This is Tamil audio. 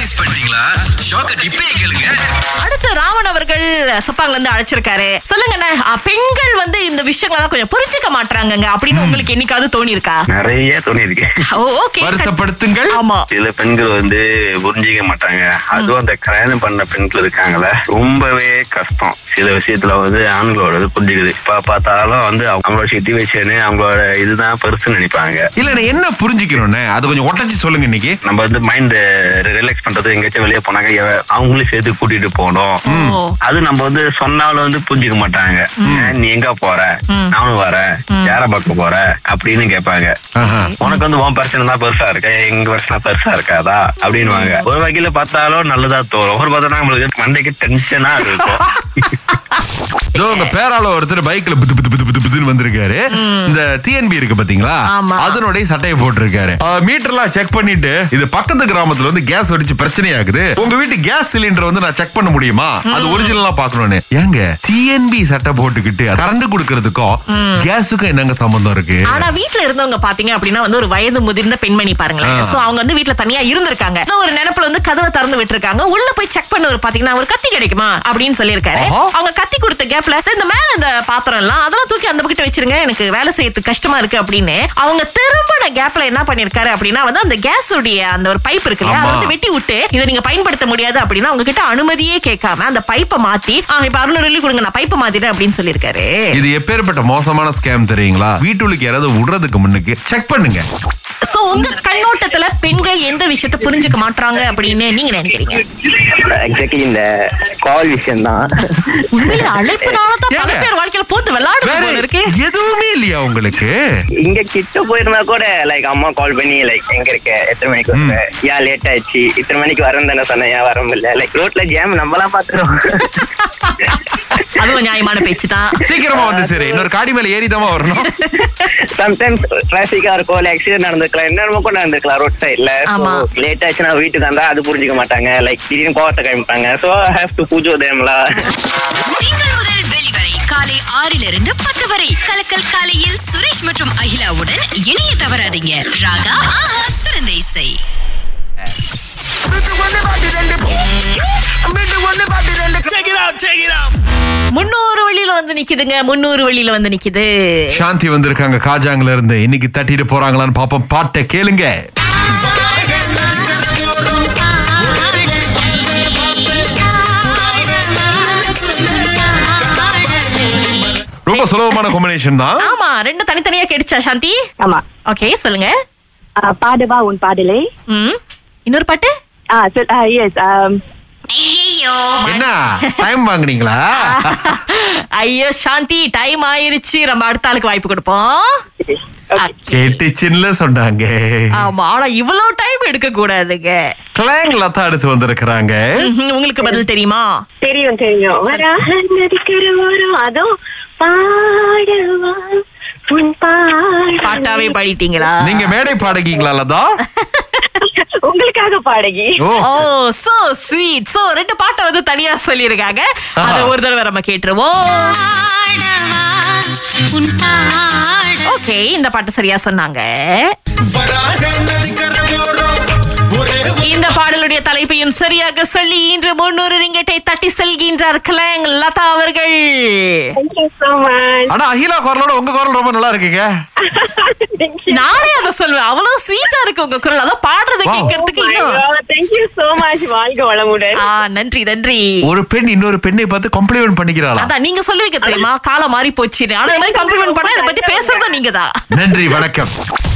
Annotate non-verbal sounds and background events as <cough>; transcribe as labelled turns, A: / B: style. A: மிஸ் பண்ணிட்டீங்களா ஷாக்க டிப்பே கேளுங்க
B: அடுத்து ராவன் அவர்கள் சப்பாங்ல இருந்து அழைச்சிருக்காரு சொல்லுங்கண்ணே அ, பெண்கள் வந்து இந்த விஷயங்கள்லாம் கொஞ்சம் புரிஞ்சுக்க மாட்டாங்கங்க அப்படின்னு உங்களுக்கு என்னைக்காவது தோணி இருக்கா
C: நிறைய தோணியிருக்கேன்
B: ஓகே
D: வருத்தப்படுத்துங்கள்
B: ஆமா
C: சில பெண்கள் வந்து புரிஞ்சிக்க மாட்டாங்க அதுவும் அந்த கல்யாணம் பண்ண பெண்கள் இருக்காங்கல்ல ரொம்பவே கஷ்டம் சில விஷயத்துல வந்து ஆண்களோட இது புரிஞ்சுக்குது இப்ப பார்த்தாலும் வந்து அவங்களோட சிச்சுவேஷனு அவங்களோட இதுதான் பெருசுன்னு நினைப்பாங்க
D: இல்ல என்ன புரிஞ்சுக்கிறோன்னு அது கொஞ்சம் உடச்சி சொல்லுங்க இன்னைக்கு
C: நம்ம வந்து மைண்ட் ரிலாக்ஸ் பண்றது எங்கேயாச்சும் வெளியே போனாங்க எவ- அவங்களையும் சேர்த்து கூட்டிட்டு போகணும்
B: ஓ.
C: அது நம்ம வந்து சொன்னாலும் வந்து புரிஞ்சுக்க மாட்டாங்க ஏன் நீ எங்க போற நானும் வரேன் யார பார்க்க போற அப்படின்னு கேட்பாங்க
D: ஆஹா.
C: உனக்கு வந்து உன் பிரச்சனை தான் பெருசா இருக்கா எங்க பிரச்சனை பெருசா இருக்காதா அப்படின்னுவாங்க ஒரு வகையில பார்த்தாலும் நல்லதா தோணும் ஒரு பார்த்தா நம்மளுக்கு மண்டைக்கு டென்ஷனா
E: <laughs>
C: இருக்கும்
D: இதோ உங்க பேரால ஒருத்தர் பைக்ல புது புது புது புது புதுன்னு வந்திருக்காரு இந்த டிஎன்பி இருக்கு பாத்தீங்களா
B: ஆமா.
D: அதனுடைய சட்டையை போட்டிருக்காரு மீட்டர்லாம் செக் பண்ணிட்டு இது பக்கத்து கிராமத்துல வந்து கேஸ் வெடிச்சு பிரச்சனையாகுது உங்க வீட்டு கேஸ் சிலிண்டர் வந்து நான் செக் பண்ண முடியுமா அது ஒரிஜினலா பாக்கணும்னு ஏங்க டிஎன்பி சட்டை போட்டுக்கிட்டு கரண்ட் கொடுக்கறதுக்கும் கேஸுக்கும் என்னங்க சம்பந்தம் இருக்கு
B: ஆனா வீட்ல இருந்தவங்க பாத்தீங்க அப்படின்னா வந்து ஒரு வயது முதிர்ந்த பெண்மணி பாருங்களேன்
D: ஆ.
B: சோ அவங்க வந்து வீட்ல தனியா இருந்திருக்காங்க இந்த ஒரு நினைப்புல வந்து கதவை திறந்து விட்டுருக்காங்க உள்ள போய் செக் பண்ண ஒரு பாத்தீங்கன்னா ஒரு கத்தி கிடைக்குமா அப்படின்னு சொல்லியிருக்காரு
D: ஆஹா.
B: அவங்க கத்தி கொடுத்த கேப்ல இந்த மேல இந்த பாத்திரம் எல்லாம் அதெல்லாம் தூக்கி அந்த பக்கத்து வச்சிருங்க எனக்கு வேலை செய்யறதுக்கு கஷ்டமா இருக்கு அப்படின்னு அவங்க திரும்பின கேப்ல என்ன பண்ணிருக்காரு அப்படின்னா வந்து அந்த கேஸ் உடைய அந்த ஒரு பைப் இருக்கு இல்லையா அதை
D: ஆமா.
B: வந்து வெட்டி விட்டு இதை நீங்க பயன்படுத்த முடியாது அப்படின்னா அவங்க கிட்ட அனுமதியே கேட்காம அந்த பைப்பை மாத்தி "ஆ, இப்ப அறுநூறு வெள்ளி கொடுங்க நான் பைப்பை மாத்திட்டேன் அப்படின்னு சொல்லியிருக்காரு
D: இது எப்பேற்பட்ட மோசமான ஸ்கேம் தெரியுங்களா வீட்டுக்கு யாராவது விடுறதுக்கு முன்னுக்கு செக் பண்ணுங்க
B: சோ உங்க கண்ணோட்டத்துல பெண்கள் எந்த விஷயத்தை புரிஞ்சுக்க மாட்றாங்க அப்படின்னு நீங்க நினைக்கிறீங்க
E: எக்ஸாக்ட்லி இந்த கால் விஷயம் தான்
B: உண்மையில அழைப்புனாலதான் பல
D: ஏங்க?
B: பேர் வாழ்க்கையில போத்து விளையாடுது
D: வேற
B: போல இருக்கு
D: எதுவுமே இல்லையா உங்களுக்கு
E: இங்க கிட்ட போயிருந்தா கூட லைக் அம்மா கால் பண்ணி லைக் எங்க இருக்க எத்தனை மணிக்கு வர ஏன் லேட் ஆயிடுச்சு இத்தனை மணிக்கு வரேன் தானே சொன்னேன் ஏன் வர முடியல லைக் ரோட்ல ஜாம் நம்மலாம் பாத்துறோம்
B: அதுவும் நியாயமான பேச்சு தான்
D: சீக்கிரமா வந்து சரி இன்னொரு காடி மேல ஏறிதாமா வரணும்
E: சம்டைம்ஸ் டிராபிக்கா இருக்கும் இல்ல ஆக்சிடென்ட் நடந்திருக்கலாம் என்னென்னமோ கூட நடந்திருக்கலாம் ரோட் சைட்ல
B: ஆமா.
E: லேட் ஆச்சுன்னா வீட்டுக்கு வந்தா அது புரிஞ்சுக்க மாட்டாங்க லைக் திடீர்னு கோவத்தை காமிப்பாங்க சோ ஹேவ் டு பூஜோ தேம்லா
F: திங்கள் முதல் வெளிவரை காலை ஆறிலிருந்து பத்து வரை கலக்கல் காலையில் சுரேஷ் மற்றும் அகிலாவுடன் இணைய தவறாதீங்க ராகா ஆஹா சிறந்த இசை
B: முன்னூறு வழியில வந்து நிக்குதுங்க முன்னூறு வழியில வந்து நிக்குது
D: சாந்தி வந்திருக்காங்க காஜாங்ல இருந்து இன்னைக்கு தட்டிட்டு போறாங்களான்னு பாப்போம் பாட்டை கேளுங்க ரொம்ப சுலபமான காம்பினேஷன் தான்
B: ஆமா ரெண்டு தனித்தனியா கேடுச்சா சாந்தி
G: ஆமா
B: ஓகே சொல்லுங்க
G: ஆ, பாடவா உன் பாடலே
B: ம் இன்னொரு பாட்டு
G: ஆ சொல் எஸ்
D: என்ன டைம் வாங்குனீங்களா
B: ஐயோ சாந்தி டைம் ஆயிருச்சு நம்ம அடுத்த ஆளுக்கு வாய்ப்பு கொடுப்போம்
D: கேட்டுச்சுன்னு சொன்னாங்க
B: ஆமா ஆனா இவ்வளவு டைம் எடுக்க கூடாதுங்க
D: கிளாங் லதா அடுத்து வந்திருக்கிறாங்க
B: ம்ஹும், உங்களுக்கு பதில் தெரியுமா
G: தெரியும் தெரியும் நதிக்கரோரம் அதோ பாடவா உன்
B: பாட்டாவே
G: பாடலே
B: பாடிட்டீங்களா
D: நீங்க மேடை பாடகிங்களா லதா
G: உங்களுக்காக பாடகி
D: oh
B: oh so sweet so ரெண்டு பாட்டை வந்து தனியா சொல்லியிருக்காங்க அத ஒரு தடவை நம்ம கேட்டுருவோம் ஓகே இந்த பாட்டு சரியா சொன்னாங்க இந்த பாடலுடைய தலைப்பையும் சரியாக சொல்லி இன்று முன்னூறு ரிங்கெட்டை தட்டி செல்கின்றார் கிளாங் லதா அவர்கள்
G: தேங்க்யூ சோ <laughs> மச்
D: ஆனா அகிலா குரலோட உங்க குரல் ரொம்ப நல்லா இருக்குங்க
B: நானே அதை சொல்லுவேன் அவ்வளவு ஸ்வீட்டா இருக்கு உங்க குரல் அதான் பாடுறத
D: Wow.
B: கேட்கறதுக்கு இன்னும்
G: தேங்க்யூ சோ மச் வாழ்க வளமுடன்
B: ஆ, நன்றி நன்றி
D: ஒரு பெண் இன்னொரு பெண்ணை பார்த்து காம்ப்ளிமெண்ட் பண்ணிக்கிறாளா
B: அதான் நீங்க சொல்லுவீங்க தெரியுமா காலம் மாறி போச்சு ஆனா இந்த மாதிரி காம்ப்ளிமெண்ட் பண்ணா இதை பத்தி பேசுறதா நீங்க தான்
D: நன்றி வணக்கம்